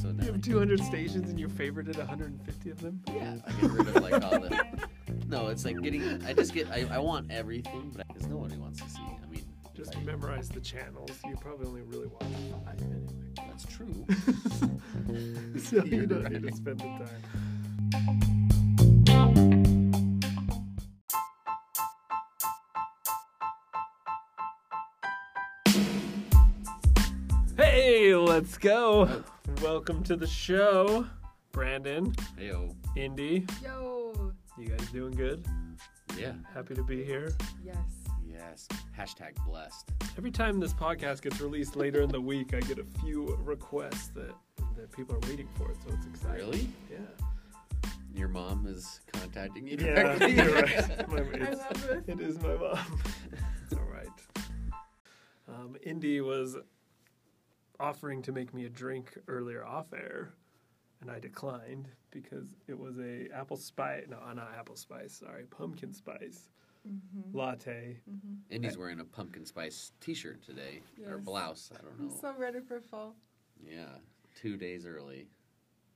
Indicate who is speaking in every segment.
Speaker 1: So now
Speaker 2: You have 200 stations and you favorited 150 of them?
Speaker 1: Yeah, I get rid of like all the. No, it's like getting. I just get. I, I want everything, but because nobody wants to see. I mean,
Speaker 2: Just
Speaker 1: like,
Speaker 2: memorize the channels. You probably only really watch five anyway.
Speaker 1: that's true.
Speaker 2: so you
Speaker 1: You're
Speaker 2: don't
Speaker 1: right.
Speaker 2: need to spend the time. Hey, let's go. Welcome to the show. Brandon,
Speaker 1: Heyo.
Speaker 2: Indy,
Speaker 3: Yo,
Speaker 2: you guys doing good?
Speaker 1: Yeah.
Speaker 2: Happy to be here.
Speaker 3: yes.
Speaker 1: Yes. Hashtag blessed.
Speaker 2: Every time this podcast gets released later in the week, I get a few requests that, that people are waiting for it, so it's exciting.
Speaker 1: Really?
Speaker 2: Yeah.
Speaker 1: Your mom is contacting you
Speaker 2: Yeah,
Speaker 1: directly.
Speaker 2: you're right. My-
Speaker 3: I
Speaker 2: it's-
Speaker 3: love this.
Speaker 2: it is my mom. It's all right. Um, Indy was offering to make me a drink earlier off air, and I declined because it was a apple spice. No, not apple spice. Sorry, pumpkin spice latte.
Speaker 1: Indy's wearing a pumpkin spice T-shirt today or
Speaker 3: Yes.
Speaker 1: blouse. I don't
Speaker 3: I'm
Speaker 1: know.
Speaker 3: so ready for fall.
Speaker 1: yeah. Two days early.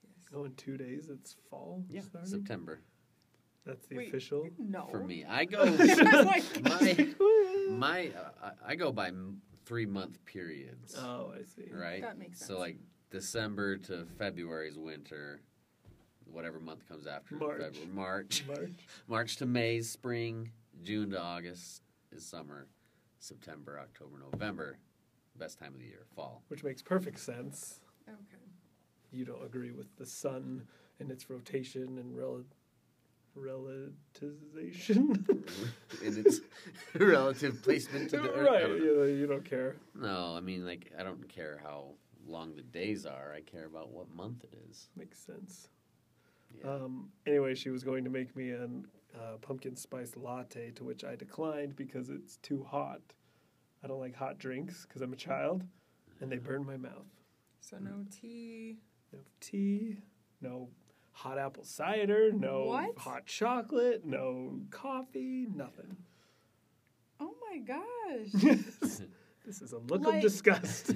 Speaker 3: Yes.
Speaker 2: Oh, in two days it's fall.
Speaker 1: Yeah.
Speaker 2: starting?
Speaker 1: September
Speaker 2: That's the
Speaker 3: Wait.
Speaker 2: official.
Speaker 3: No.
Speaker 1: for me. I go.
Speaker 3: I'm like,
Speaker 1: my my. Uh, I I go by m- three month periods.
Speaker 2: Oh, I see.
Speaker 1: right?
Speaker 3: That makes
Speaker 1: So
Speaker 3: sense.
Speaker 1: like December to February is winter. Whatever month comes after
Speaker 2: March.
Speaker 1: February, March,
Speaker 2: March.
Speaker 1: March to May, is spring, June to August is summer, September, October, November, best time of the year, fall.
Speaker 2: Which makes perfect sense.
Speaker 3: okay.
Speaker 2: you don't agree with the sun and its rotation and rel- relativization.
Speaker 1: and it's relative placement to the earth. I
Speaker 2: right,
Speaker 1: don't know.
Speaker 2: you, know, you don't care.
Speaker 1: No, I mean like I don't care how long the days are. I care about what month it is.
Speaker 2: Makes sense.
Speaker 1: Yeah.
Speaker 2: Um, anyway, she was going to make me a uh, pumpkin spice latte, to which I declined because it's too hot. I don't like hot drinks because I'm a child, and they
Speaker 1: Mm-hmm.
Speaker 2: burn my mouth.
Speaker 3: So no tea.
Speaker 2: No tea, no hot apple cider, no
Speaker 3: What?
Speaker 2: hot chocolate, no coffee, nothing.
Speaker 3: Oh my gosh.
Speaker 2: This is a look of
Speaker 3: Like-
Speaker 2: disgust.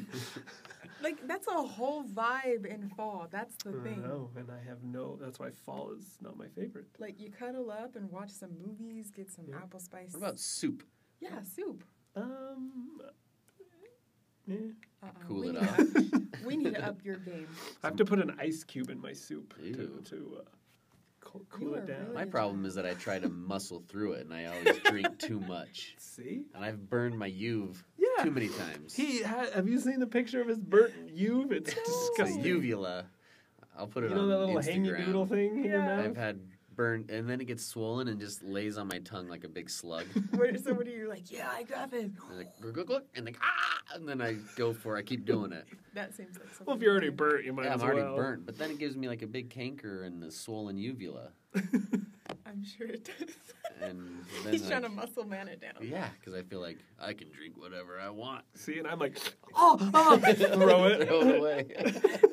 Speaker 3: like that's a whole vibe in fall. That's the
Speaker 2: I
Speaker 3: thing.
Speaker 2: know, and I have no. That's why fall is not my favorite.
Speaker 3: Like you cuddle up and watch some movies, get some
Speaker 2: Yeah.
Speaker 3: apple spice.
Speaker 1: What about soup?
Speaker 3: yeah, soup?
Speaker 2: Um, eh.
Speaker 3: Uh-uh.
Speaker 1: Cool
Speaker 3: we
Speaker 1: it
Speaker 3: need
Speaker 1: off.
Speaker 3: to up- we need to up your game.
Speaker 2: I have to put an ice cube in my soup
Speaker 1: Ew.
Speaker 2: to to uh, cool, cool
Speaker 3: are
Speaker 2: it down.
Speaker 3: really-
Speaker 1: My problem is that I try to muscle through it, and I always drink too much,
Speaker 2: See,
Speaker 1: and I've burned my uve
Speaker 2: Yeah.
Speaker 1: too many times.
Speaker 2: he ha- have you seen the picture of his burnt uve? It's
Speaker 1: It's a
Speaker 2: disgusting.
Speaker 1: uvula. I'll put
Speaker 2: you
Speaker 1: it
Speaker 2: know
Speaker 1: on
Speaker 2: that little hangy
Speaker 1: Instagram.
Speaker 2: doodle thing in your
Speaker 3: Yeah.
Speaker 2: mouth.
Speaker 1: I've had burned, and then it gets swollen and just lays on my tongue like a big slug.
Speaker 3: Where somebody you're like, yeah, I got it.
Speaker 1: and like glug, glug, glug, and like ah, and then I go for. it. I keep doing it.
Speaker 3: That seems like something.
Speaker 2: well, if you're already
Speaker 3: you do.
Speaker 2: burnt, you might
Speaker 1: Yeah, I'm
Speaker 2: as
Speaker 1: already
Speaker 2: well.
Speaker 1: burnt, but then it gives me like a big canker and a swollen uvula,
Speaker 3: I'm sure it does.
Speaker 1: and then
Speaker 3: He's
Speaker 1: like,
Speaker 3: trying to muscle man it down.
Speaker 1: yeah, because I feel like I can drink whatever I want.
Speaker 2: See, and I'm like, oh, oh throw it.
Speaker 1: Throw it away.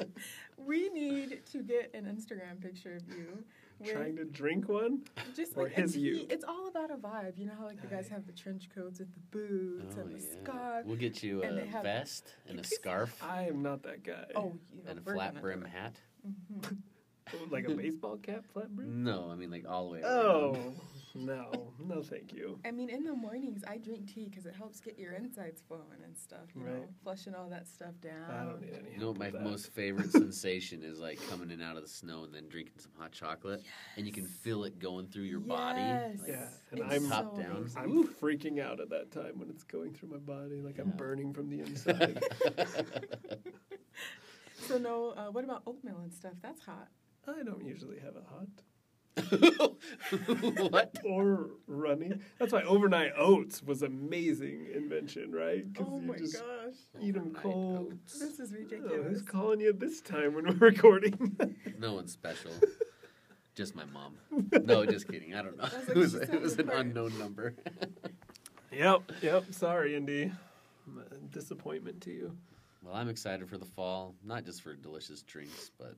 Speaker 3: We need to get an Instagram picture of you. With
Speaker 2: Trying to drink one.
Speaker 3: just
Speaker 2: or
Speaker 3: like
Speaker 2: his Oh,
Speaker 3: a tee-
Speaker 2: you.
Speaker 3: It's all about a vibe. You know how like the guys have the trench coats with the boots
Speaker 1: Oh,
Speaker 3: and the
Speaker 1: yeah.
Speaker 3: scarf.
Speaker 1: We'll get you
Speaker 3: and
Speaker 1: a
Speaker 3: they have-
Speaker 1: vest and a scarf
Speaker 2: I am not that guy.
Speaker 3: Oh, you know,
Speaker 1: and a
Speaker 3: we're
Speaker 1: flat
Speaker 3: gonna do
Speaker 1: brim
Speaker 3: it.
Speaker 1: hat.
Speaker 2: Oh, like a baseball cap, flat brim.
Speaker 1: No, I mean like all the way.
Speaker 2: Oh
Speaker 1: around.
Speaker 2: no,
Speaker 3: Um.
Speaker 2: no, thank you.
Speaker 3: I mean, in the mornings, I drink tea because it helps get your insides flowing and stuff. You know,
Speaker 2: Right.
Speaker 3: flushing all that stuff down.
Speaker 2: I don't need any.
Speaker 1: You know what
Speaker 2: help
Speaker 1: my
Speaker 2: with that.
Speaker 1: most favorite sensation is like coming in out of the snow and then drinking some hot chocolate, and you can feel it going through your body.
Speaker 3: Yes.
Speaker 1: Like,
Speaker 2: Yeah, and
Speaker 3: It's
Speaker 2: I'm-
Speaker 1: Top down.
Speaker 3: amazing.
Speaker 2: I'm freaking out at that time when it's going through my body, like I'm
Speaker 1: Yeah.
Speaker 2: burning from the inside.
Speaker 3: So no, uh, what about oatmeal and stuff? That's hot.
Speaker 2: I don't usually have a hot
Speaker 1: what?
Speaker 2: or runny. That's why overnight oats was amazing invention, right?
Speaker 3: Oh my
Speaker 2: just
Speaker 3: gosh,
Speaker 2: eat them
Speaker 1: Overnight
Speaker 2: cold.
Speaker 1: oats.
Speaker 3: this is
Speaker 2: Oh, who's
Speaker 3: ridiculous.
Speaker 2: calling you at this time when we're recording?
Speaker 1: No one's special. Just my mom. No, just kidding. I don't know.
Speaker 3: I was
Speaker 1: it
Speaker 3: like,
Speaker 1: was,
Speaker 3: she
Speaker 1: it
Speaker 3: sounds
Speaker 1: was an
Speaker 3: apart.
Speaker 1: unknown number.
Speaker 2: yep, yep. Sorry, Indy. I'm a disappointment to you.
Speaker 1: Well, I'm excited for the fall, not just for delicious drinks, but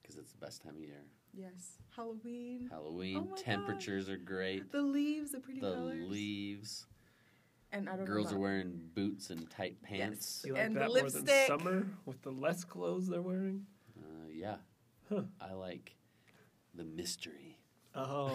Speaker 1: because it's the best time of year.
Speaker 3: yes, Halloween.
Speaker 1: Halloween
Speaker 3: Oh my
Speaker 1: temperatures are great.
Speaker 3: The leaves, the pretty
Speaker 1: the
Speaker 3: colors.
Speaker 1: leaves.
Speaker 3: and I don't
Speaker 1: Girls
Speaker 3: know.
Speaker 1: are
Speaker 3: about-
Speaker 1: wearing boots and tight pants.
Speaker 2: Do you like
Speaker 3: And the
Speaker 2: that more
Speaker 3: lipstick.
Speaker 2: than summer with the less clothes they're wearing?
Speaker 1: Uh, yeah.
Speaker 2: Huh.
Speaker 1: I like the mystery.
Speaker 2: Oh,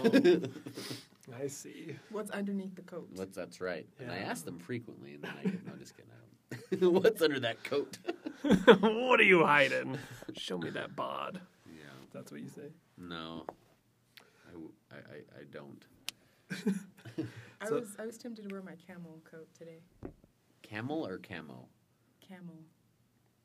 Speaker 2: I see.
Speaker 3: What's underneath the coat?
Speaker 1: What's that's right. And I
Speaker 2: Yeah.
Speaker 1: ask them frequently, and then I get, no, just kidding. I don't. What's under that coat?
Speaker 2: what are you hiding? Show me that bod.
Speaker 1: Yeah.
Speaker 2: That's what you say.
Speaker 1: No. I, w- I, I- I don't.
Speaker 3: I
Speaker 2: So-
Speaker 3: was I was tempted to wear my camel coat today.
Speaker 1: Camel or camo?
Speaker 3: Camel.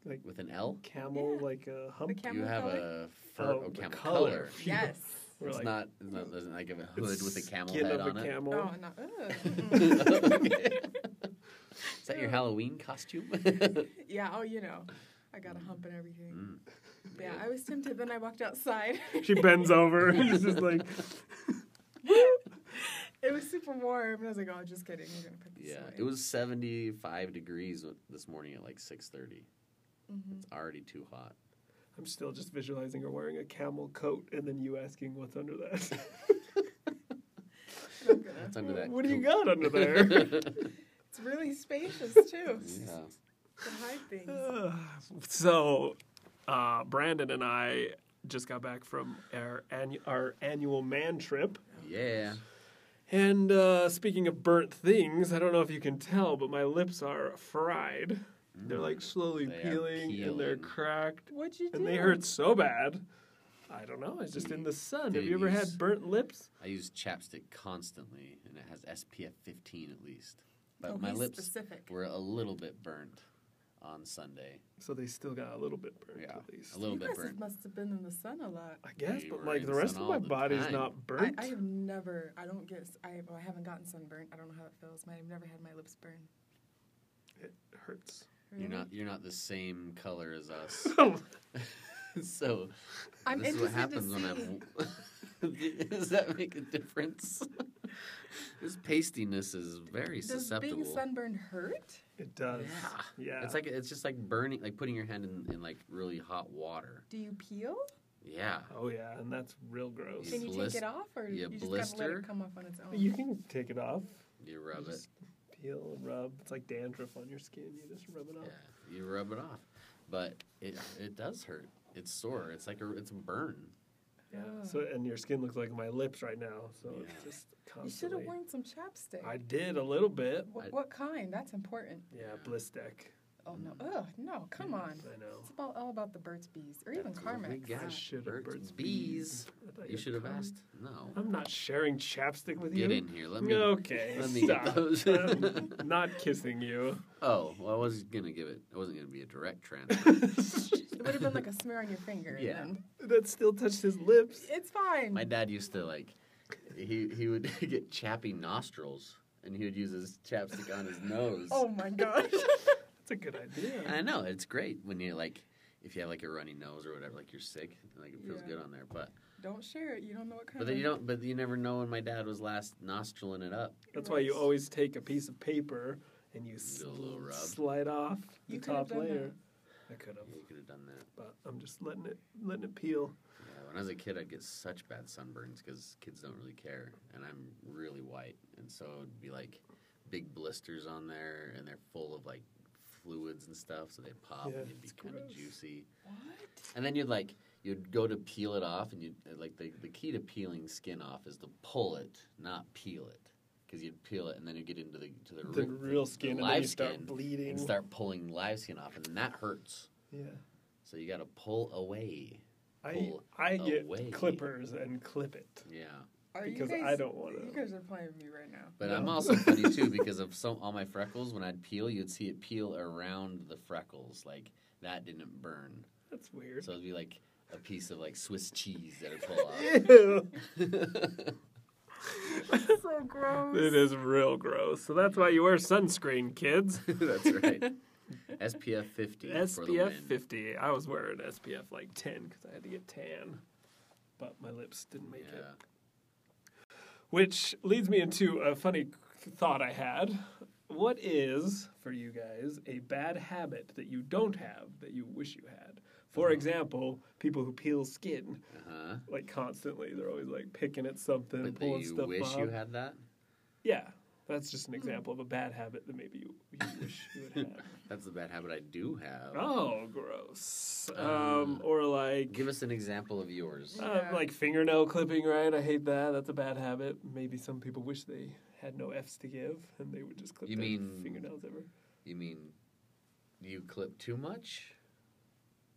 Speaker 1: With an L?
Speaker 2: Camel,
Speaker 3: Yeah.
Speaker 2: like a hump.
Speaker 3: The camel
Speaker 1: you have
Speaker 3: color?
Speaker 1: a fur,
Speaker 2: Oh,
Speaker 1: oh,
Speaker 2: the
Speaker 1: camel
Speaker 2: color.
Speaker 1: color.
Speaker 2: Phew.
Speaker 3: Yes.
Speaker 2: We're
Speaker 1: It's
Speaker 2: like
Speaker 1: not, it's not, doesn't like have a
Speaker 2: the
Speaker 1: hood with a camel
Speaker 2: skin
Speaker 1: head
Speaker 2: of
Speaker 1: on
Speaker 2: a
Speaker 1: it.
Speaker 2: camel.
Speaker 3: Oh no. Ugh. mm-mm.
Speaker 1: Is that your
Speaker 3: Ew.
Speaker 1: Halloween costume?
Speaker 3: yeah. Oh, you know, I got a hump and everything.
Speaker 1: Mm.
Speaker 3: But yeah, I was tempted, then I walked outside.
Speaker 2: She bends over. and It's just like
Speaker 3: it was super warm, and I was like, "Oh, just kidding. We're gonna put this
Speaker 1: Yeah,
Speaker 3: away."
Speaker 1: it was 75 degrees w- this morning at like 6:30.
Speaker 3: Mhm.
Speaker 1: It's already too hot.
Speaker 2: I'm still just visualizing her wearing a camel coat, and then you asking what's under that.
Speaker 3: And I'm gonna-
Speaker 1: What's under that?
Speaker 2: what do you
Speaker 1: coat?
Speaker 2: got under there?
Speaker 3: It's really spacious too.
Speaker 1: yeah.
Speaker 3: To hide things.
Speaker 2: Uh, so, uh, Brandon and I just got back from our annu- our annual man trip.
Speaker 1: Yeah.
Speaker 2: And uh, speaking of burnt things, I don't know if you can tell, but my lips are fried. They're like slowly
Speaker 1: They are
Speaker 2: peeling, and they're
Speaker 1: peeling.
Speaker 2: cracked,
Speaker 3: What'd you do?
Speaker 2: and they hurt so bad. I don't know. It's just in the sun. Have
Speaker 1: Did
Speaker 2: you ever
Speaker 1: you
Speaker 2: had
Speaker 1: s-
Speaker 2: burnt lips?
Speaker 1: I use chapstick constantly, and it has SPF 15 at least. But
Speaker 3: Oh,
Speaker 1: my
Speaker 3: he's
Speaker 1: lips
Speaker 3: Specific.
Speaker 1: were a little bit burnt on Sunday.
Speaker 2: So they still got a little bit burnt
Speaker 1: Yeah,
Speaker 2: at least.
Speaker 1: a little
Speaker 3: you
Speaker 1: bit
Speaker 3: guys
Speaker 1: burnt.
Speaker 3: must have been in the sun a lot.
Speaker 2: I guess,
Speaker 1: They
Speaker 2: but
Speaker 1: were
Speaker 2: like
Speaker 1: in
Speaker 2: the
Speaker 1: the
Speaker 2: rest
Speaker 1: sun
Speaker 2: of
Speaker 1: all
Speaker 2: my
Speaker 1: the
Speaker 2: body's
Speaker 1: time.
Speaker 2: not
Speaker 3: I,
Speaker 2: burnt.
Speaker 3: I have never. I don't guess. I well, I haven't gotten sunburn. I don't know how it feels. My- I've never had my lips burn.
Speaker 2: It hurts.
Speaker 1: You're
Speaker 3: Really?
Speaker 1: not you're not the same color as us. so
Speaker 3: I'm
Speaker 1: this is what
Speaker 3: interested
Speaker 1: happens
Speaker 3: to
Speaker 1: when I'm. Does that make a difference? this pastiness is very
Speaker 3: Does
Speaker 1: susceptible.
Speaker 3: being sunburned hurt?
Speaker 2: it does. Yeah.
Speaker 1: It's like it's just like burning, like putting your hand in, in like really hot water.
Speaker 3: Do you peel?
Speaker 1: Yeah,
Speaker 2: oh yeah, and that's real gross.
Speaker 1: It's
Speaker 3: Can you
Speaker 1: blis-
Speaker 3: take it off, or
Speaker 1: yeah,
Speaker 3: you just gotta let
Speaker 1: blister.
Speaker 3: it come off on its own?
Speaker 2: You can take it off.
Speaker 1: you rub it.
Speaker 2: Just Peel and rub. It's like dandruff on your skin. You just rub it off.
Speaker 1: Yeah, you rub it off, but it it does hurt. It's sore. It's like a it's a burn.
Speaker 3: Yeah.
Speaker 2: So and your skin looks like my lips right now. So
Speaker 1: Yeah.
Speaker 2: it's just
Speaker 3: you should
Speaker 2: constantly.
Speaker 3: have worn some chapstick.
Speaker 2: I did a little bit.
Speaker 3: Wh-
Speaker 1: I-
Speaker 3: what kind? That's important.
Speaker 2: Yeah, bliss deck.
Speaker 3: Oh no!
Speaker 2: Mm.
Speaker 3: Ugh, no! Come on.
Speaker 2: I know.
Speaker 3: It's about all about the Burt's Bees or even
Speaker 1: That's what we
Speaker 3: Carmex.
Speaker 1: got.
Speaker 2: I should have
Speaker 1: Burt's
Speaker 2: Burt's
Speaker 1: Bees.
Speaker 2: I thought
Speaker 1: You
Speaker 2: had
Speaker 1: should have
Speaker 2: come.
Speaker 1: asked. No,
Speaker 2: I'm not sharing chapstick with you.
Speaker 1: get in here. Let me.
Speaker 2: Okay.
Speaker 1: let me
Speaker 2: stop.
Speaker 1: get those.
Speaker 2: I'm not kissing you.
Speaker 1: Oh, well, I was gonna give it. It wasn't gonna be a direct transfer.
Speaker 3: It would have been like a smear on your finger. and
Speaker 1: Yeah.
Speaker 3: then-
Speaker 2: That still touched his lips.
Speaker 3: It's fine.
Speaker 1: My dad used to like, he he would get chappy nostrils, and he would use his chapstick on his nose.
Speaker 3: oh my gosh.
Speaker 2: That's a good idea.
Speaker 1: I know it's great when you're like, if you have like a runny nose or whatever, like you're sick, like it feels
Speaker 3: Yeah.
Speaker 1: good on there. But
Speaker 3: don't share it. You don't know what kind.
Speaker 1: but then you
Speaker 3: of-
Speaker 1: don't. But you never know when my dad was last nostriling it up.
Speaker 2: That's why you
Speaker 3: Right.
Speaker 2: always take a piece of paper and you
Speaker 1: Do a little
Speaker 2: sl-
Speaker 1: rub.
Speaker 2: slide off the
Speaker 3: You could've
Speaker 2: top
Speaker 3: done
Speaker 2: layer. I could have,
Speaker 1: You could have done that.
Speaker 2: but I'm just letting it letting it peel.
Speaker 1: Yeah, when I was a kid, I'd get such bad sunburns because kids don't really care, and I'm really white, and so it'd be like big blisters on there, and they're full of like fluids and stuff, so they pop
Speaker 2: Yeah,
Speaker 1: and it'd be
Speaker 2: it's
Speaker 1: kind of
Speaker 2: gross.
Speaker 1: juicy.
Speaker 3: What?
Speaker 1: And then you'd like you'd go to peel it off, and you would like the the key to peeling skin off is to pull it, not peel it, because you'd peel it and then you get into the to the,
Speaker 2: The
Speaker 1: root-
Speaker 2: real skin, and then
Speaker 1: live
Speaker 2: you start
Speaker 1: skin,
Speaker 2: bleeding.
Speaker 1: and start pulling live skin off, and then that hurts.
Speaker 2: yeah,
Speaker 1: So you got to pull away.
Speaker 2: I
Speaker 1: Pull
Speaker 2: I get
Speaker 1: away.
Speaker 2: clippers and clip it.
Speaker 1: Yeah.
Speaker 3: Are you
Speaker 2: Because
Speaker 3: guys,
Speaker 2: I don't wanna-
Speaker 3: You guys are playing with me right now.
Speaker 1: But
Speaker 2: No.
Speaker 1: I'm also funny too because of some all my freckles. When I'd peel, you'd see it peel around the freckles, like that didn't burn.
Speaker 2: That's weird.
Speaker 1: So it'd be like a piece of like Swiss cheese that would pull off.
Speaker 2: Ew.
Speaker 3: so gross.
Speaker 2: It is real gross. So that's why you wear sunscreen, kids.
Speaker 1: That's right. SPF 50 for the
Speaker 2: SPF
Speaker 1: win.
Speaker 2: 50. I was wearing SPF like 10 because I had to get tan, but my lips didn't make it.
Speaker 1: Yeah.
Speaker 2: Which leads me into a funny thought I had. What is, for you guys, a bad habit that you don't have that you wish you had? For example, people who peel skin
Speaker 1: Uh-huh.
Speaker 2: like constantly. They're always like picking at something,
Speaker 1: But do
Speaker 2: pulling
Speaker 1: you
Speaker 2: stuff
Speaker 1: wish
Speaker 2: off.
Speaker 1: you had that?
Speaker 2: yeah, That's just an example of a bad habit that maybe you, you wish you would have.
Speaker 1: That's the bad habit I do have.
Speaker 2: Oh, gross. Um,
Speaker 1: Uh,
Speaker 2: or like
Speaker 1: Give us an example of yours.
Speaker 2: uh,
Speaker 3: Yeah.
Speaker 2: like fingernail clipping, right? I hate that. That's a bad habit. Maybe some people wish they had no F's to give and they would just clip
Speaker 1: You
Speaker 2: their
Speaker 1: mean-
Speaker 2: fingernails ever.
Speaker 1: You mean you clip too much?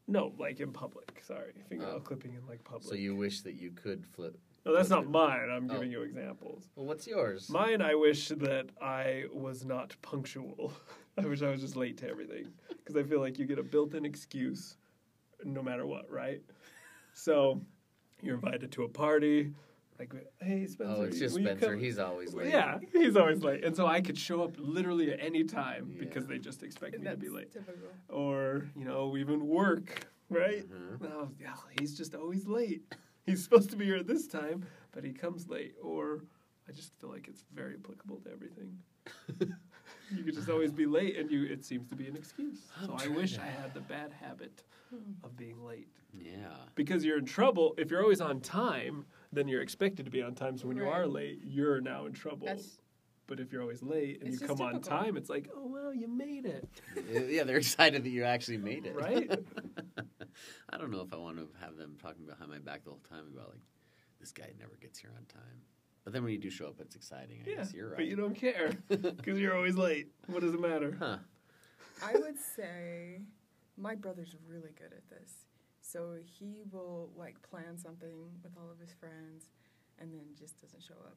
Speaker 2: No, like in public. Sorry, fingernail
Speaker 1: Oh.
Speaker 2: clipping in like public.
Speaker 1: So you wish that you could flip.
Speaker 2: no, that's not mine. I'm
Speaker 1: Oh.
Speaker 2: giving you examples.
Speaker 1: Well, what's yours?
Speaker 2: Mine, I wish that I was not punctual. I wish I was just late to everything because I feel like you get a built-in excuse no matter what, right? So you're invited to a party, like, hey Spencer,
Speaker 1: oh, it's just
Speaker 2: will you
Speaker 1: Spencer.
Speaker 2: come-
Speaker 1: He's always late.
Speaker 2: Yeah, he's always late, and so I could show up literally at any time because
Speaker 1: Yeah.
Speaker 2: they just expect me to
Speaker 3: That's
Speaker 2: be late.
Speaker 3: typical.
Speaker 2: Or you know, even work, right?
Speaker 1: Mhm.
Speaker 2: Oh, yeah, he's just always late. He's supposed to be here at this time, but he comes late. Or I just feel like it's very applicable to everything. you could just always be late, and you it seems to be an excuse.
Speaker 1: I'm
Speaker 2: so I
Speaker 1: trying
Speaker 2: wish
Speaker 1: to-
Speaker 2: I had the bad habit
Speaker 3: Hmm.
Speaker 2: of being late
Speaker 1: Yeah.
Speaker 2: because you're in trouble if you're always on time. Then you're expected to be on time. So when you
Speaker 3: Right.
Speaker 2: are late, you're now in trouble.
Speaker 3: That's
Speaker 2: but if you're always late and you
Speaker 3: It's
Speaker 2: come
Speaker 3: just
Speaker 2: on
Speaker 3: typical.
Speaker 2: time, it's like, oh wow, you made it,
Speaker 1: Uh, yeah, they're excited that you actually made it.
Speaker 2: right?
Speaker 1: I don't know if I want to have them talking behind my back the whole time about like this guy never gets here on time. But then when you do show up, it's exciting. I
Speaker 2: yeah,
Speaker 1: guess you're right.
Speaker 2: but you don't care because you're always late. What does it matter?
Speaker 1: Huh.
Speaker 3: I would say my brother's really good at this. So he will like plan something with all of his friends and then just doesn't show up.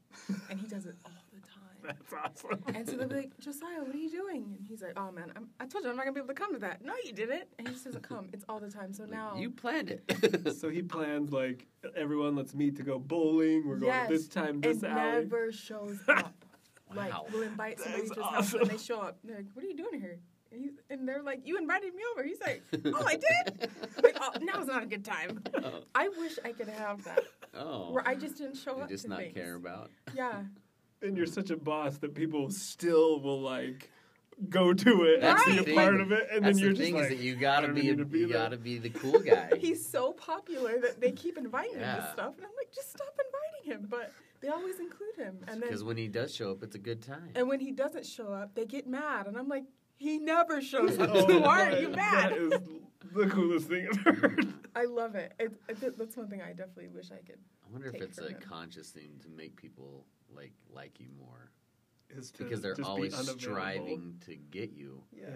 Speaker 3: and he does it all the time.
Speaker 2: That's awesome.
Speaker 3: And so they'll be like, Josiah, what are you doing? And he's like, oh man, I'm, I told you I'm not going to be able to come to that. No, you didn't. And he just doesn't come. It's all the time. So
Speaker 1: Like,
Speaker 3: now.
Speaker 1: you planned it.
Speaker 2: So he plans like everyone, let's meet to go bowling. We're going at
Speaker 3: Yes,
Speaker 2: this time, this
Speaker 3: and
Speaker 2: alley.
Speaker 3: never shows up.
Speaker 1: Wow.
Speaker 3: Like, we'll invite
Speaker 2: That
Speaker 3: somebody
Speaker 2: is
Speaker 3: to his house and
Speaker 2: awesome.
Speaker 3: they show up. And they're like, what are you doing here? And, he's, and they're like, you invited me over. He's like, oh, I did? like, oh, now's not a good time. I wish I could have that,
Speaker 1: oh.
Speaker 3: where I just didn't show
Speaker 1: You
Speaker 3: up
Speaker 1: just
Speaker 3: to
Speaker 1: not
Speaker 3: things.
Speaker 1: care about.
Speaker 3: Yeah.
Speaker 2: and you're such a boss that people still will like go to it
Speaker 1: That's
Speaker 2: and
Speaker 1: the
Speaker 2: be
Speaker 1: thing.
Speaker 2: a part of it, and
Speaker 1: That's
Speaker 2: then you're
Speaker 1: the thing
Speaker 2: just
Speaker 1: is
Speaker 2: like,
Speaker 1: that you gotta
Speaker 2: "I don't
Speaker 1: be,
Speaker 2: need
Speaker 1: a,
Speaker 2: to be
Speaker 1: you
Speaker 2: there."
Speaker 1: gotta be the cool guy.
Speaker 3: He's so popular that they keep inviting him to
Speaker 1: Yeah.
Speaker 3: stuff. And I'm like, just stop inviting him. But they always include him. And
Speaker 1: Because
Speaker 3: then
Speaker 1: when he does show up, it's a good time.
Speaker 3: and when he doesn't show up, they get mad. And I'm like, he never shows up.
Speaker 2: Oh,
Speaker 3: so why are
Speaker 2: that-
Speaker 3: you mad?
Speaker 2: That is the coolest thing I've heard.
Speaker 3: I love it. It, it. That's one thing I definitely wish I could.
Speaker 1: I wonder if
Speaker 3: Take
Speaker 1: it's
Speaker 3: from
Speaker 1: a
Speaker 3: him.
Speaker 1: conscious thing to make people like like you more
Speaker 2: Is to
Speaker 1: because they're
Speaker 2: just be
Speaker 1: always
Speaker 2: unavailable.
Speaker 1: striving to get you.
Speaker 2: Yeah.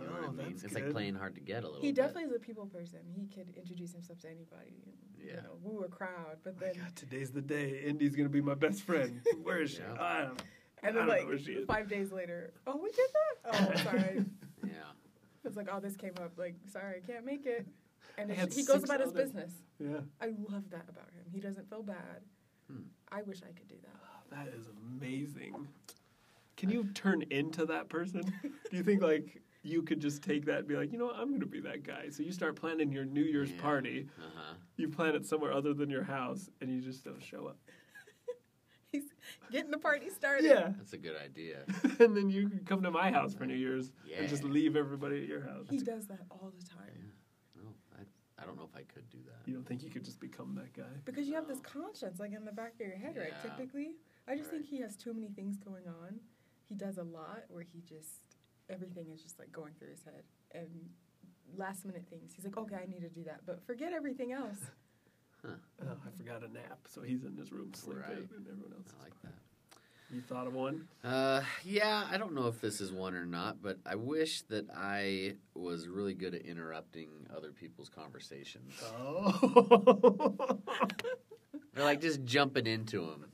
Speaker 1: You know
Speaker 2: oh,
Speaker 1: what I mean?
Speaker 2: that's
Speaker 1: It's like
Speaker 2: good.
Speaker 1: playing hard to get a little.
Speaker 3: He
Speaker 1: bit.
Speaker 3: definitely is a people person. He could introduce himself to anybody and you
Speaker 1: Yeah.
Speaker 3: know, woo a crowd. But
Speaker 2: Oh my
Speaker 3: then,
Speaker 2: God, today's the day. Indy's gonna be my best friend. Where is she?
Speaker 1: Yeah.
Speaker 2: I don't.
Speaker 3: and
Speaker 2: I
Speaker 3: then
Speaker 2: don't know
Speaker 3: like
Speaker 2: where she is.
Speaker 3: five days later, oh, we did that. Oh, I'm sorry.
Speaker 1: Yeah.
Speaker 3: it's like, oh, this came up. Like, sorry, I can't make it. And
Speaker 2: I
Speaker 3: it's-
Speaker 2: had
Speaker 3: he goes
Speaker 2: six
Speaker 3: about his
Speaker 2: other-
Speaker 3: business.
Speaker 2: Yeah.
Speaker 3: I love that about him. He doesn't feel bad.
Speaker 1: Hmm.
Speaker 3: I wish I could do that.
Speaker 2: That is amazing. Can you turn into that person? Do you think like you could just take that and be like, you know what, I'm gonna be that guy. So you start planning your New Year's
Speaker 1: Yeah.
Speaker 2: party.
Speaker 1: Uh huh.
Speaker 2: You plan it somewhere other than your house, and you just don't show up.
Speaker 3: He's getting the party started.
Speaker 2: Yeah,
Speaker 1: That's a good idea.
Speaker 2: and then you can come to my house for New Year's and just
Speaker 1: Yeah.
Speaker 2: leave everybody at your house.
Speaker 3: He does that all the time.
Speaker 1: No, I, I don't know if I could do that.
Speaker 2: You don't think you could just become that guy?
Speaker 3: Because you have this
Speaker 1: No.
Speaker 3: conscience, like in the back of your head, right?
Speaker 1: Yeah.
Speaker 3: Typically, I just
Speaker 1: Right.
Speaker 3: think he has too many things going on. He does a lot where he just everything is just like going through his head and last minute things. He's like, okay, I need to do that, but forget everything else.
Speaker 2: Oh, I forgot a nap, so he's in his room sleeping,
Speaker 1: Right.
Speaker 2: and everyone else.
Speaker 1: I like that.
Speaker 2: You thought of one?
Speaker 1: Uh, yeah, I don't know if this is one or not, but I wish that I was really good at interrupting other people's conversations.
Speaker 2: Oh,
Speaker 1: Or like just jumping into them.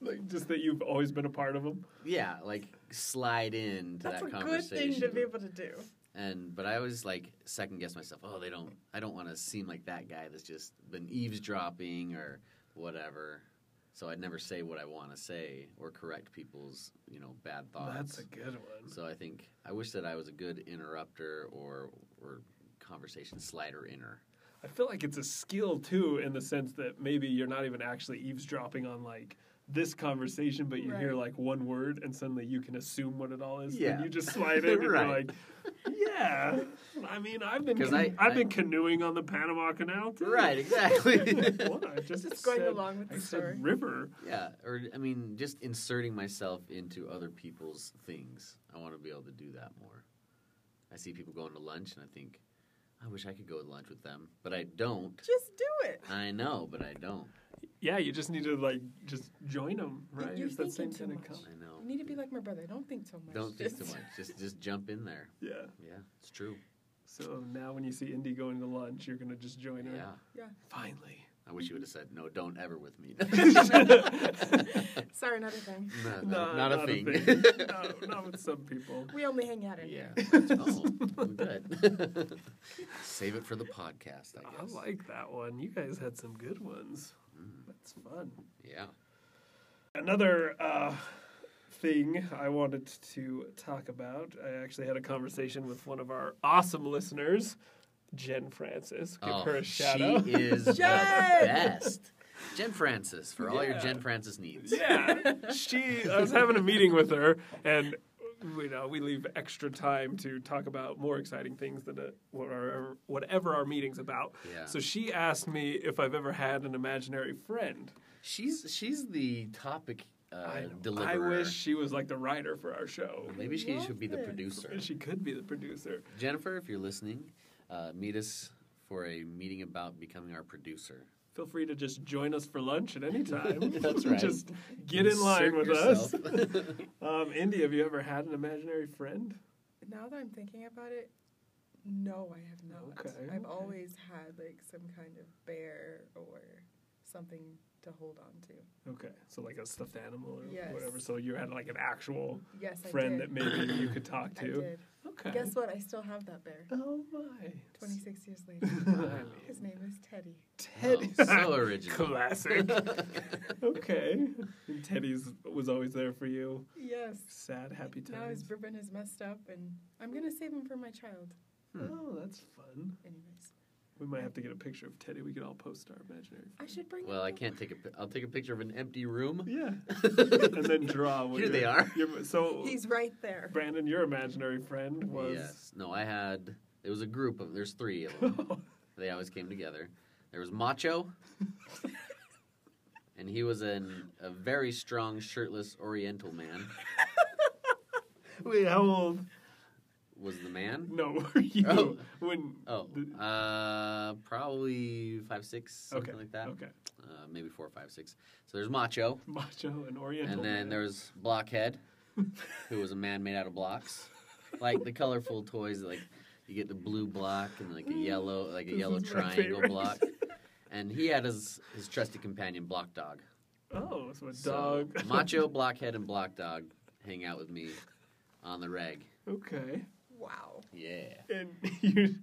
Speaker 2: like just that you've always been a part of them.
Speaker 1: Yeah, like slide into
Speaker 3: That's
Speaker 1: that
Speaker 3: a good
Speaker 1: conversation.
Speaker 3: thing to be able to do.
Speaker 1: and but I always like second guess myself. Oh, they don't. I don't want to seem like that guy that's just been eavesdropping or whatever. So I'd never say what I want to say or correct people's you know bad thoughts.
Speaker 2: That's a good one.
Speaker 1: so I think I wish that I was a good interrupter or or conversation slider inner.
Speaker 2: I feel like it's a skill too, in the sense that maybe you're not even actually eavesdropping on like this conversation, but you hear
Speaker 3: Right.
Speaker 2: like one word and suddenly you can assume what it all is.
Speaker 1: Yeah.
Speaker 2: And you just slide in and you're
Speaker 1: Right.
Speaker 2: like, yeah. I mean, I've been
Speaker 1: 'Cause
Speaker 2: can-
Speaker 1: I-
Speaker 2: I've
Speaker 1: I-
Speaker 2: been canoeing on the Panama Canal too.
Speaker 1: Right, exactly.
Speaker 2: what? I just,
Speaker 3: Just going
Speaker 2: said-
Speaker 3: along with
Speaker 2: I
Speaker 3: the
Speaker 2: said
Speaker 3: story.
Speaker 2: river.
Speaker 1: yeah, or I mean, just inserting myself into other people's things. I want to be able to do that more. I see people going to lunch, and I think, I wish I could go to lunch with them, but I don't.
Speaker 3: Just do it.
Speaker 1: I know, but I don't.
Speaker 2: Yeah, you just need to like just join them, right?
Speaker 3: you're
Speaker 2: It's that same
Speaker 3: thinking
Speaker 2: kind
Speaker 3: too
Speaker 2: of
Speaker 3: much.
Speaker 2: com-
Speaker 1: I know.
Speaker 3: You need to be like my brother. Don't think so much.
Speaker 1: Don't think
Speaker 3: just,
Speaker 1: too much. Just just jump in there.
Speaker 2: Yeah.
Speaker 1: Yeah, it's true.
Speaker 2: So now when you see Indy going to lunch, you're gonna just join her.
Speaker 1: Yeah.
Speaker 2: Finally.
Speaker 1: I wish you would have said no. Don't ever with me.
Speaker 3: Sorry, another thing.
Speaker 1: No,
Speaker 2: No,
Speaker 1: no, not, a thing.
Speaker 2: no, not with some people.
Speaker 3: We only hang out in
Speaker 1: yeah.
Speaker 3: here.
Speaker 1: Oh, good. Save it for the podcast, I
Speaker 2: Oh, I
Speaker 1: guess. Mm.
Speaker 2: like that one. You guys had some good ones. That's fun.
Speaker 1: yeah.
Speaker 2: Another uh, thing I wanted to talk about, I actually had a conversation with one of our awesome listeners, Jen Francis. Give her a shout
Speaker 1: Oh, she
Speaker 2: out.
Speaker 1: is the
Speaker 3: Jen!
Speaker 1: best. Jen Francis for all your
Speaker 2: Yeah.
Speaker 1: Jen Francis needs.
Speaker 2: Yeah, she. I was having a meeting with her, and you know we leave extra time to talk about more exciting things than uh, what our, whatever our meeting's about.
Speaker 1: Yeah.
Speaker 2: So she asked me if I've ever had an imaginary friend.
Speaker 1: She's she's the topic uh,
Speaker 2: I, I
Speaker 1: deliverer.
Speaker 2: wish she was like the writer for our show.
Speaker 1: Maybe she
Speaker 3: Love
Speaker 1: should be the
Speaker 3: this.
Speaker 1: producer.
Speaker 2: She could be the producer.
Speaker 1: Jennifer, if you're listening, uh, meet us for a meeting about becoming our producer.
Speaker 2: Feel free to just join us for lunch at any time.
Speaker 1: That's right.
Speaker 2: just get in line with us. Um, Indy, have you ever had an imaginary friend?
Speaker 3: Now that I'm thinking about it, no, I have not.
Speaker 2: Okay,
Speaker 3: I've
Speaker 2: okay.
Speaker 3: always had like some kind of bear or something to hold on to.
Speaker 2: Okay, so like a stuffed animal or
Speaker 3: Yes.
Speaker 2: whatever. So you had like an actual
Speaker 3: Yes, I
Speaker 2: friend
Speaker 3: did.
Speaker 2: that maybe you could talk
Speaker 3: I
Speaker 2: to.
Speaker 3: did.
Speaker 2: Okay.
Speaker 3: Guess what? I still have that bear.
Speaker 2: oh my.
Speaker 3: 26 years later.
Speaker 1: Wow.
Speaker 3: His name is Teddy.
Speaker 2: Teddy.
Speaker 1: Oh, so original.
Speaker 2: Classic. okay. And Teddy's was always there for you.
Speaker 3: Yes.
Speaker 2: Sad, happy
Speaker 3: Now his
Speaker 2: times.
Speaker 3: ribbon is messed up, and I'm gonna save him for my child.
Speaker 1: Hmm.
Speaker 2: Oh, that's fun.
Speaker 3: Anyways,
Speaker 2: We might have to get a picture of Teddy. We could all post our imaginary.
Speaker 3: I should bring.
Speaker 1: Well,
Speaker 3: him
Speaker 1: I
Speaker 3: up.
Speaker 1: can't take a. pi- I'll take a picture of an empty room.
Speaker 2: Yeah. and then draw. what
Speaker 1: Here they
Speaker 2: your-
Speaker 1: are.
Speaker 2: your- so,
Speaker 3: He's right there.
Speaker 2: Brandon, your imaginary friend was.
Speaker 1: Yes. No, I had. There was a group of. There's three of them. they always came together. There was Macho, and he was an, a very strong shirtless Oriental man.
Speaker 2: Wait, how old?
Speaker 1: Was the man?
Speaker 2: No, were you?
Speaker 1: Oh.
Speaker 2: When.
Speaker 1: Oh,
Speaker 2: the-
Speaker 1: uh, probably five, six, something
Speaker 2: okay.
Speaker 1: like that.
Speaker 2: Okay.
Speaker 1: Uh, maybe four, five, six. So there's Macho,
Speaker 2: Macho and Oriental.
Speaker 1: and
Speaker 2: man.
Speaker 1: then there was Blockhead, who was a man made out of blocks, like the colorful toys. Like you get the blue block and like a yellow, like a
Speaker 2: This
Speaker 1: yellow
Speaker 2: is my
Speaker 1: triangle
Speaker 2: favorite.
Speaker 1: block. And he had his his trusty companion Block Dog.
Speaker 2: Oh, so a
Speaker 1: So
Speaker 2: dog.
Speaker 1: Macho, Blockhead, and Block Dog hang out with me on the reg.
Speaker 2: okay.
Speaker 3: Wow.
Speaker 1: Yeah.
Speaker 2: And you.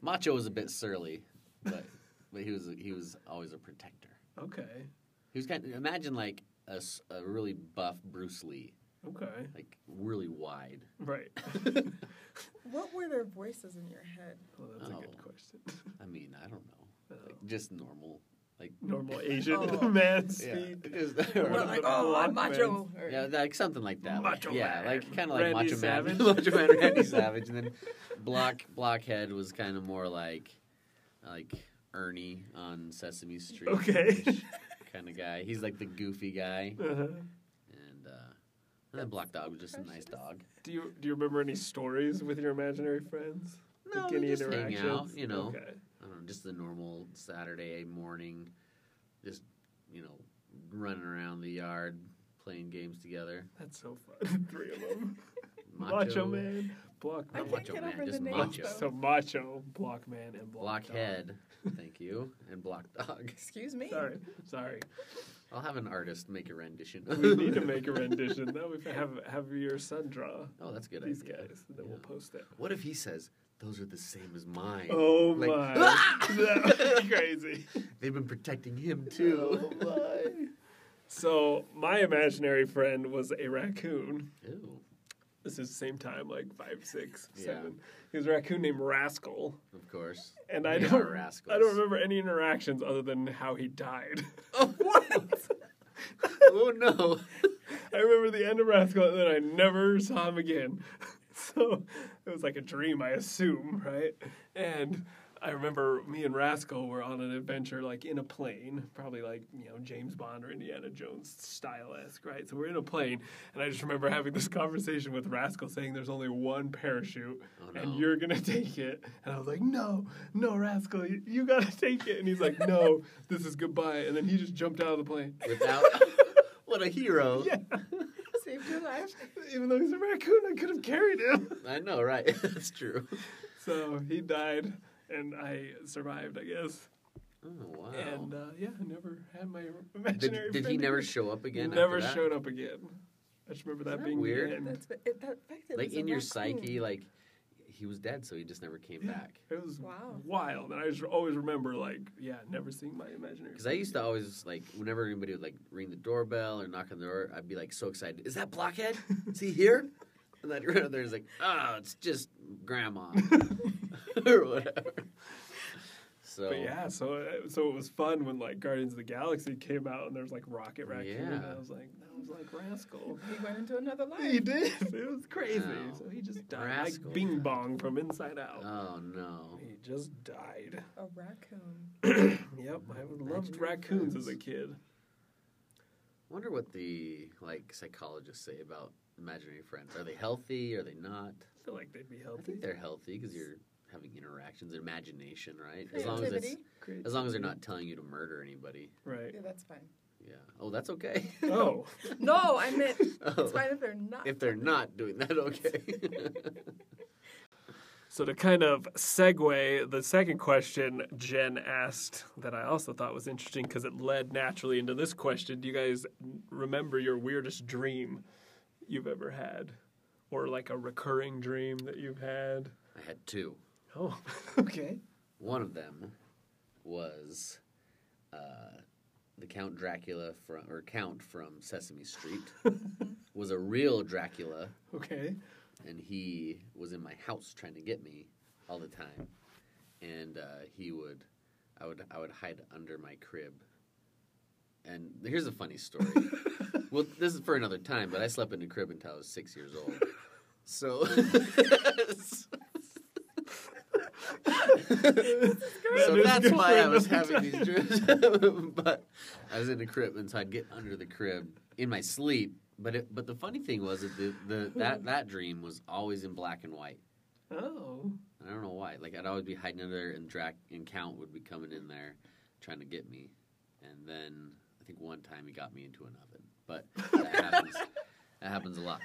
Speaker 1: Macho was a bit surly, but but he was he was always a protector.
Speaker 2: Okay.
Speaker 1: He was kind of imagine like a, s- a really buff Bruce Lee,
Speaker 2: Okay.
Speaker 1: like really wide.
Speaker 2: Right.
Speaker 3: What were their voices in your head?
Speaker 2: Well, that's a good
Speaker 1: Oh.
Speaker 2: question.
Speaker 1: I mean, I don't know,
Speaker 2: Uh,
Speaker 1: like just normal, like
Speaker 2: normal Asian
Speaker 3: Oh.
Speaker 1: yeah,
Speaker 2: man speak.
Speaker 1: just-
Speaker 2: Or
Speaker 3: Not
Speaker 2: the
Speaker 1: or-
Speaker 3: like, oh, I'm
Speaker 2: Walkmans.
Speaker 3: macho. Or,
Speaker 1: yeah, like something like that.
Speaker 2: Macho
Speaker 1: yeah,
Speaker 2: Man.
Speaker 1: like kind of like Macho
Speaker 2: Randy
Speaker 1: Man,
Speaker 2: Savage.
Speaker 1: Macho Man Randy Savage, and then Block Blockhead was kind of more like like Ernie on Sesame Street.
Speaker 2: Okay.
Speaker 1: kind of guy. He's like the goofy guy,
Speaker 2: Uh-huh.
Speaker 1: and uh, and then Block Dog was just a nice dog.
Speaker 2: Do you do you remember any stories with your imaginary friends?
Speaker 1: No, we just hang out, you know.
Speaker 2: Okay.
Speaker 1: I don't know, just the normal Saturday morning, just you know, running around the yard playing games together.
Speaker 2: That's so fun. Three of them. Macho, man, block
Speaker 3: I
Speaker 1: Not
Speaker 2: man.
Speaker 3: can't
Speaker 1: Macho
Speaker 3: get
Speaker 1: Man,
Speaker 3: over
Speaker 1: just
Speaker 3: the name.
Speaker 1: Macho.
Speaker 2: So macho, block man, and block dog.
Speaker 1: Blockhead, thank you, and Block Dog.
Speaker 3: Excuse me.
Speaker 2: Sorry, sorry.
Speaker 1: I'll have an artist make a rendition.
Speaker 2: We need to make a rendition though. We have have your son draw
Speaker 1: Oh, that's a good
Speaker 2: these
Speaker 1: idea.
Speaker 2: guys, and then we'll
Speaker 1: Yeah.
Speaker 2: post it.
Speaker 1: What if he says those are the same as mine?
Speaker 2: Oh
Speaker 1: Like,
Speaker 2: my! That would be crazy.
Speaker 1: They've been protecting him
Speaker 2: Oh
Speaker 1: too.
Speaker 2: my! So my imaginary friend was a raccoon.
Speaker 1: Ew.
Speaker 2: This is the same time, like five, six,
Speaker 1: Yeah.
Speaker 2: seven. He was a raccoon named Rascal,
Speaker 1: Of course.
Speaker 2: and I
Speaker 1: They
Speaker 2: don't.
Speaker 1: are rascals.
Speaker 2: I don't remember any interactions other than how he died.
Speaker 1: oh no. Oh,
Speaker 2: I remember the end of Rascal, and then I never saw him again. so it was like a dream, I assume, right? And I remember me and Rascal were on an adventure, like in a plane, probably like you know James Bond or Indiana Jones style esque, right? So we're in a plane, and I just remember having this conversation with Rascal saying, "There's only one parachute,
Speaker 1: Oh,
Speaker 2: and
Speaker 1: no.
Speaker 2: you're gonna take it." And I was like, "No, no, Rascal, you, you gotta take it." And he's like, "No, this is goodbye." And then he just jumped out of the plane.
Speaker 1: Without what a hero.
Speaker 2: Yeah,
Speaker 3: Saved your life.
Speaker 2: even though he's a raccoon, I could have carried him.
Speaker 1: I know, right? That's true. Oh,
Speaker 2: So he died, and I survived, I guess.
Speaker 1: Oh wow.
Speaker 2: And uh, yeah, I never had my
Speaker 1: did
Speaker 2: imaginary.
Speaker 1: did he
Speaker 2: friend
Speaker 1: never
Speaker 2: again.
Speaker 1: show up again?
Speaker 2: Never
Speaker 1: after that?
Speaker 2: showed up again. I just remember that,
Speaker 1: that
Speaker 2: being the
Speaker 1: weird?
Speaker 2: end.
Speaker 3: That's it, that fact that it
Speaker 1: Like
Speaker 3: was a
Speaker 1: in your
Speaker 3: raccoon.
Speaker 1: psyche, like he was dead, so he just never came
Speaker 2: Yeah,
Speaker 1: back.
Speaker 2: It was
Speaker 3: Wow.
Speaker 2: wild, and I just always remember like yeah, never seeing my imaginary.
Speaker 1: Because I
Speaker 2: friend
Speaker 1: used to always like whenever anybody would like ring the doorbell or knock on the door, I'd be like so excited. Is that Blockhead? Is he here? And then you're there's like, oh, it's just Grandma or whatever. So
Speaker 2: But yeah, so it- so it was fun when like Guardians of the Galaxy came out and there was like Rocket Raccoon, and
Speaker 1: Yeah.
Speaker 2: I was like, that was like Rascal.
Speaker 3: He went into another life.
Speaker 2: He did. It was crazy.
Speaker 1: Wow.
Speaker 2: So he just died
Speaker 1: Rascal.
Speaker 2: like Bing Bong from Inside Out.
Speaker 1: Oh no.
Speaker 2: he just died.
Speaker 3: A raccoon.
Speaker 2: Yep, I would
Speaker 1: Imaginary
Speaker 2: loved raccoons as a
Speaker 1: friends.
Speaker 2: kid.
Speaker 1: Wonder what the like psychologists say about imaginary friends. Are they healthy? Are they not?
Speaker 2: I feel like they'd be
Speaker 1: I
Speaker 2: healthy.
Speaker 1: think they're healthy because you're having interactions, imagination, right? As long as it's,
Speaker 3: Creativity.
Speaker 2: Great.
Speaker 1: as long as they're not telling you to murder anybody.
Speaker 2: Right.
Speaker 3: Yeah, that's fine.
Speaker 1: Yeah. Oh, that's okay.
Speaker 2: Oh,
Speaker 3: No, I meant
Speaker 1: Oh,
Speaker 3: it's fine if they're not.
Speaker 1: if they're not doing that, okay.
Speaker 2: so to kind of segue the second question Jen asked that I also thought was interesting because it led naturally into this question. Do you guys remember your weirdest dream you've ever had, or like a recurring dream that you've had?
Speaker 1: I had two.
Speaker 2: Oh, okay.
Speaker 1: One of them was uh, the Count Dracula from or Count from Sesame Street was a real Dracula,
Speaker 2: Okay.
Speaker 1: and he was in my house trying to get me all the time, and uh, he would, I would, I would hide under my crib. And here's a funny story. well, this is for another time, but I slept in a crib until I was six years old. So, so
Speaker 2: is
Speaker 1: that's
Speaker 2: good
Speaker 1: why
Speaker 2: for
Speaker 1: I was
Speaker 2: another
Speaker 1: having these dreams. but I was in the crib, and so I'd get under the crib in my sleep. But it, but the funny thing was that the, the that that dream was always in black and white.
Speaker 2: Oh.
Speaker 1: And I don't know why. Like I'd always be hiding under there, and Drac and Count would be coming in there, trying to get me. And then I think one time he got me into an oven, but that happens. That happens a lot.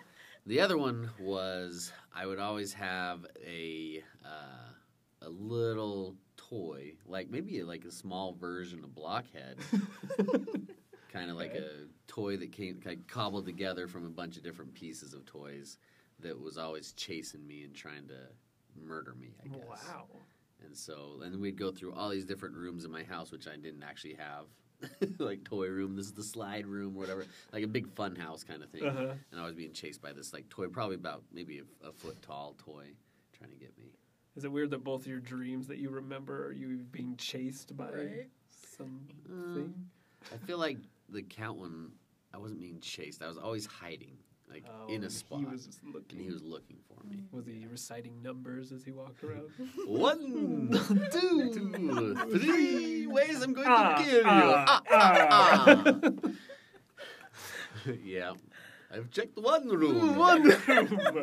Speaker 1: The other one was I would always have a uh, a little toy, like maybe like a small version of Blockhead, kind of like a toy that came like cobbled together from a bunch of different pieces of toys that was always chasing me and trying to murder me. I guess.
Speaker 2: Wow.
Speaker 1: And so, and we'd go through all these different rooms in my house, which I didn't actually have, like toy room. This is the slide room, whatever, like a big fun house kind of thing.
Speaker 2: Uh-huh.
Speaker 1: And I was being chased by this like toy, probably about maybe a, a foot tall toy, trying to get me.
Speaker 2: Is it weird that both your dreams that you remember are you being chased by
Speaker 3: Right?
Speaker 2: something?
Speaker 1: Um, I feel like the count one, I wasn't being chased. I was always hiding, like
Speaker 2: Oh,
Speaker 1: in a
Speaker 2: and
Speaker 1: spot,
Speaker 2: He was just looking.
Speaker 1: and he was looking for me.
Speaker 2: was he reciting numbers as he walked around?
Speaker 1: One, two, three ways I'm going
Speaker 2: Ah,
Speaker 1: to kill you.
Speaker 2: ah,
Speaker 1: Ah, ah, ah. yeah. I've checked ah. one room.
Speaker 2: One room.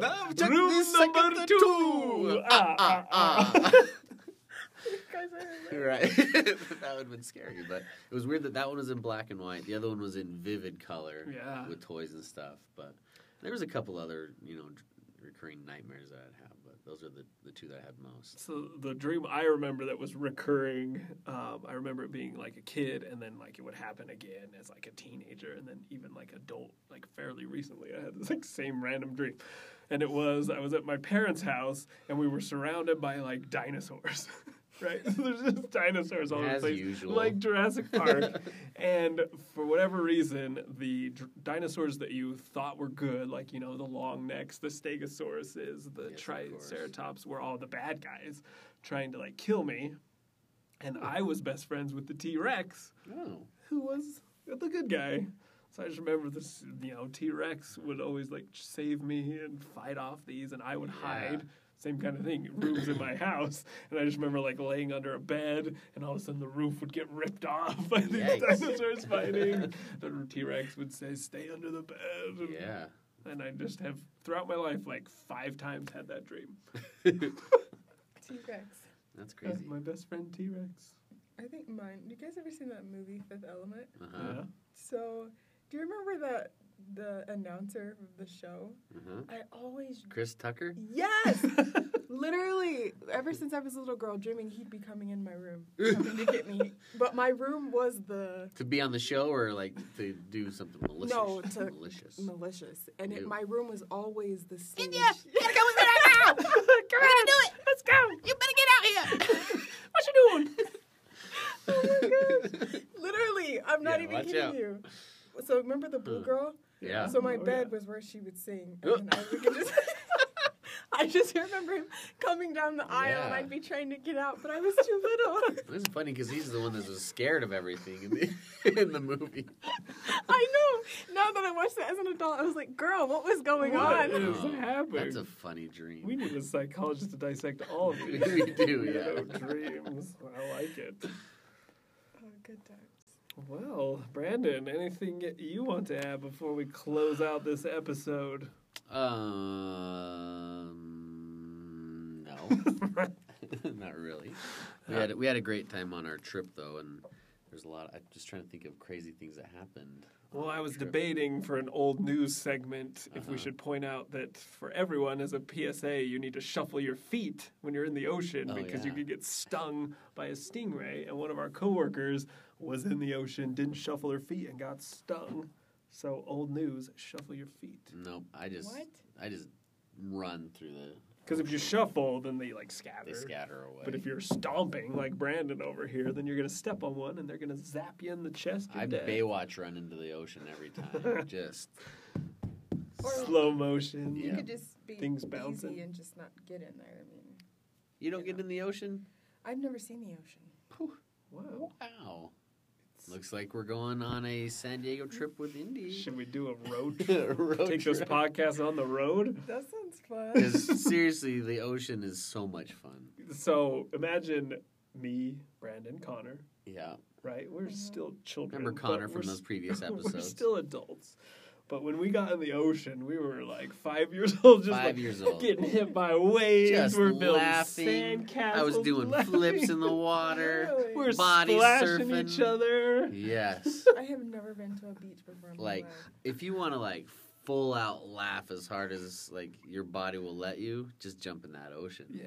Speaker 1: Now I've checked
Speaker 2: room
Speaker 1: this
Speaker 2: number
Speaker 1: second
Speaker 2: two.
Speaker 1: two.
Speaker 2: Ah, ah, ah.
Speaker 3: You guys are
Speaker 1: right. that would have been scary, but it was weird that that one was in black and white. The other one was in vivid color
Speaker 2: Yeah.
Speaker 1: with toys and stuff. But there was a couple other, you know, dr- recurring nightmares that I'd have, but those are the, the two that I had most.
Speaker 2: So the dream I remember that was recurring, um, I remember it being like a kid, and then like it would happen again as like a teenager, and then even like adult, like fairly recently, I had this like same random dream, and it was I was at my parents' house, and we were surrounded by like dinosaurs, right? There's just dinosaurs all over the
Speaker 1: As
Speaker 2: place,
Speaker 1: usual.
Speaker 2: like Jurassic Park, and for whatever reason, the dr- dinosaurs that you thought were good, like you know the long necks, the stegosauruses, the
Speaker 1: Yes, of course.
Speaker 2: triceratops, were all the bad guys trying to like kill me, and I was best friends with the T Rex,
Speaker 1: Oh.
Speaker 2: who was the good guy. So I just remember this, you know, T Rex would always like save me and fight off these, and I would
Speaker 1: Yeah.
Speaker 2: hide. Same kind of thing, rooms in my house. And I just remember like laying under a bed, and all of a sudden the roof would get ripped off by these
Speaker 1: Yikes.
Speaker 2: dinosaurs fighting. The T Rex would say, Stay under the bed. And,
Speaker 1: Yeah.
Speaker 2: and I just have, throughout my life, like five times had that dream.
Speaker 3: T Rex.
Speaker 1: That's
Speaker 2: That's
Speaker 1: crazy.
Speaker 2: my best friend T Rex.
Speaker 3: I think mine. You guys ever seen that movie Fifth Element?
Speaker 1: Uh-huh.
Speaker 3: So, do you remember that the announcer of the show?
Speaker 1: Uh-huh.
Speaker 3: I always
Speaker 1: Chris Tucker?
Speaker 3: yes,
Speaker 2: Yeah.
Speaker 3: literally. Ever since I was a little girl, dreaming he'd be coming in my room, coming to get me. But my room was the
Speaker 1: To be on the show or like to do something malicious?
Speaker 3: No, to-
Speaker 1: malicious.
Speaker 3: malicious, and it,
Speaker 1: Ew.
Speaker 3: my room was always the scene.
Speaker 4: gotta go with me right now! Come on, do it! Let's go! You better get out here! what you doing?
Speaker 3: Oh Literally, I'm not
Speaker 1: Yeah,
Speaker 3: even
Speaker 1: watch
Speaker 3: kidding
Speaker 1: out.
Speaker 3: you. So remember the blue
Speaker 1: Huh.
Speaker 3: girl?
Speaker 1: Yeah.
Speaker 3: So my
Speaker 2: Oh,
Speaker 3: bed
Speaker 2: yeah.
Speaker 3: was where she would sing,
Speaker 1: Oh.
Speaker 3: and I would get just. I just remember him coming down the aisle, and
Speaker 1: Yeah.
Speaker 3: I'd be trying to get out, but I was too little.
Speaker 1: It's funny because he's the one that was scared of everything in the, in the movie.
Speaker 3: I know. Now that I watched that as an adult, I was like, "Girl, what was going
Speaker 2: What
Speaker 3: on?"
Speaker 2: is
Speaker 1: Oh,
Speaker 2: happening?
Speaker 1: That's a funny dream.
Speaker 2: We need a psychologist to dissect all of these.
Speaker 1: We do,
Speaker 2: weirdo
Speaker 1: yeah.
Speaker 2: dreams. I like it.
Speaker 3: Oh, good times.
Speaker 2: Well, Brandon, anything you want to add before we close out this episode?
Speaker 1: Um, no, not really. We had we had a great time on our trip though, and there's a lot. I'm just trying to think of crazy things that happened. on
Speaker 2: Well, I
Speaker 1: our
Speaker 2: was
Speaker 1: trip.
Speaker 2: debating for an old news segment if we
Speaker 1: Uh-huh.
Speaker 2: should point out that for everyone, as a PSA, you need to shuffle your feet when you're in the ocean
Speaker 1: Oh,
Speaker 2: because you
Speaker 1: yeah.
Speaker 2: could get stung by a stingray. And one of our coworkers was in the ocean, didn't shuffle her feet, and got stung. So, old news, shuffle your feet.
Speaker 1: Nope, I just
Speaker 3: What?
Speaker 1: I just run through the
Speaker 2: Because if you shuffle, then they like scatter.
Speaker 1: they scatter away.
Speaker 2: But if you're stomping like Brandon over here, then you're gonna step on one and they're gonna zap you in the chest.
Speaker 1: I
Speaker 2: You're dead.
Speaker 1: Baywatch run into the ocean every time. just
Speaker 2: Slow motion.
Speaker 1: Yeah.
Speaker 3: You could just be
Speaker 2: Things
Speaker 3: easy
Speaker 2: bouncing.
Speaker 3: and just not get in there. I mean,
Speaker 1: you don't get in the ocean.
Speaker 3: I've never seen the ocean.
Speaker 2: Wow.
Speaker 1: Wow, looks like we're going on a San Diego trip with Indy.
Speaker 2: Should we do a road trip?
Speaker 1: Road
Speaker 2: Take this
Speaker 1: trip.
Speaker 2: podcast on the road?
Speaker 3: That sounds fun.
Speaker 1: Because seriously, the ocean is so much fun.
Speaker 2: So imagine me, Brandon, Connor,
Speaker 1: Yeah.
Speaker 2: right? We're still children.
Speaker 1: Remember
Speaker 2: but
Speaker 1: Connor
Speaker 2: we're
Speaker 1: from those previous
Speaker 2: We're
Speaker 1: episodes?
Speaker 2: still adults. But when we got in the ocean, we were like five years old, just
Speaker 1: Five
Speaker 2: like
Speaker 1: years old.
Speaker 2: getting hit by waves.
Speaker 1: Just
Speaker 2: we're building
Speaker 1: laughing.
Speaker 2: sandcastles.
Speaker 1: I was doing flips in the water.
Speaker 3: Really?
Speaker 2: We're
Speaker 1: body
Speaker 2: splashing
Speaker 1: surfing.
Speaker 2: each other.
Speaker 1: Yes.
Speaker 3: I have never been to a beach before. In my
Speaker 1: Like,
Speaker 3: life.
Speaker 1: if you want to, like, full out laugh as hard as, like, your body will let you, just jump in that ocean.
Speaker 2: Yeah.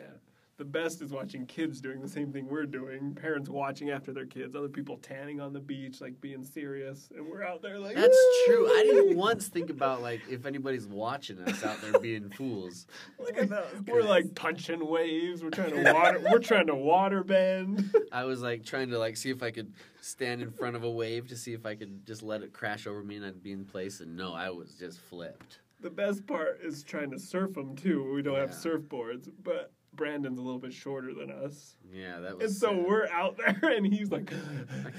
Speaker 2: The best is watching kids doing the same thing we're doing. Parents watching after their kids, other people tanning on the beach, like being serious, and we're out there like
Speaker 1: That's
Speaker 2: "Woo!"
Speaker 1: true. I didn't once think about, like, if anybody's watching us out there being fools.
Speaker 3: look at those.
Speaker 2: We're like punching waves. We're trying to water. we're trying to water bend.
Speaker 1: I was, like, trying to, like, see if I could stand in front of a wave to see if I could just let it crash over me and I'd be in place. And no, I was just flipped.
Speaker 2: The best part is trying to surf them too. We don't have
Speaker 1: Yeah.
Speaker 2: surfboards, but Brandon's a little bit shorter than us,
Speaker 1: Yeah, that was.
Speaker 2: and so
Speaker 1: sad.
Speaker 2: we're out there, and he's like,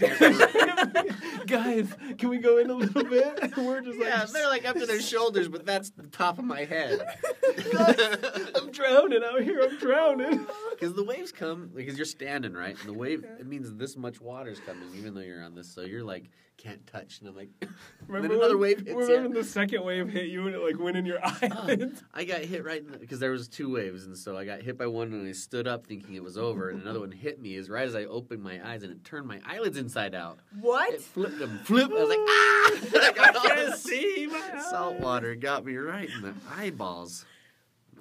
Speaker 1: I can't-
Speaker 2: "Guys, can we go in a little bit?" And we're just
Speaker 1: Yeah,
Speaker 2: like,
Speaker 1: they're like up to their shoulders, but that's the top of my head.
Speaker 2: "I'm drowning out here. I'm drowning."
Speaker 1: Because the waves come, because you're standing, right? And the wave, it means this much water's coming, even though you're on this. So you're like, can't touch. And I'm like,
Speaker 2: Remember
Speaker 1: then another
Speaker 2: when-
Speaker 1: wave hits Oh
Speaker 2: Remember
Speaker 1: you.
Speaker 2: when the second wave hit you and it like went in your eyelid?
Speaker 1: I got hit right in the, because there was two waves. And so I got hit by one and I stood up thinking it was over. And another one hit me as right as I opened my eyes and it turned my eyelids inside out.
Speaker 3: what?
Speaker 1: It flipped them, flip. I was like, ah! I got all
Speaker 2: can't
Speaker 1: this
Speaker 2: see my
Speaker 1: Salt
Speaker 2: eyes.
Speaker 1: water got me right in the eyeballs.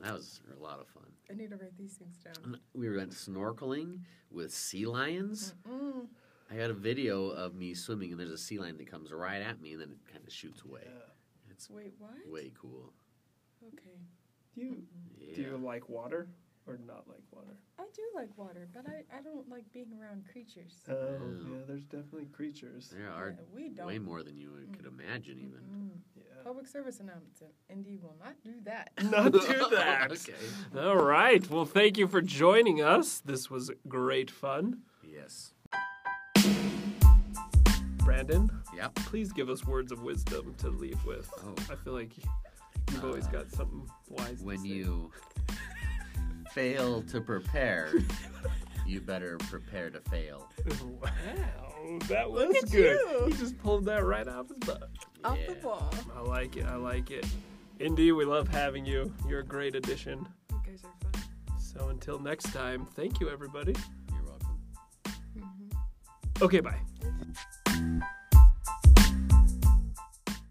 Speaker 1: That was a lot of fun.
Speaker 3: I need to write these things down.
Speaker 1: We went snorkeling with sea lions.
Speaker 3: Mm.
Speaker 1: I got a video of me swimming, and there's a sea lion that comes right at me, and then it kind of shoots away. It's
Speaker 3: Wait, what?
Speaker 1: way cool.
Speaker 3: Okay.
Speaker 2: Do you
Speaker 3: Mm.
Speaker 1: Yeah.
Speaker 2: do you like water or not like water?
Speaker 3: I do like water, but I, I don't like being around creatures.
Speaker 2: Oh
Speaker 1: Oh.
Speaker 2: yeah, there's definitely creatures.
Speaker 1: there are
Speaker 3: Yeah, we don't.
Speaker 1: way more than you could imagine, even.
Speaker 3: Mm.
Speaker 2: Yeah.
Speaker 3: Public service announcement. Indy will not do that.
Speaker 2: Not do that.
Speaker 1: okay.
Speaker 2: All right. Well, thank you for joining us. This was great fun.
Speaker 1: Yes.
Speaker 2: Brandon,
Speaker 1: Yep.
Speaker 2: please give us words of wisdom to leave with.
Speaker 1: Oh.
Speaker 2: I feel like you've always
Speaker 1: Uh,
Speaker 2: got something wise. to
Speaker 1: When
Speaker 2: say.
Speaker 1: you fail to prepare, you better prepare to fail.
Speaker 2: Wow, that was
Speaker 3: at
Speaker 2: good.
Speaker 3: you.
Speaker 2: He just pulled that right off his butt.
Speaker 3: Off
Speaker 1: Yeah.
Speaker 3: the wall.
Speaker 2: I like it. I like it. Indy, we love having you. You're a great addition.
Speaker 3: You guys are fun.
Speaker 2: So until next time, thank you, everybody.
Speaker 1: You're welcome.
Speaker 2: Okay, bye.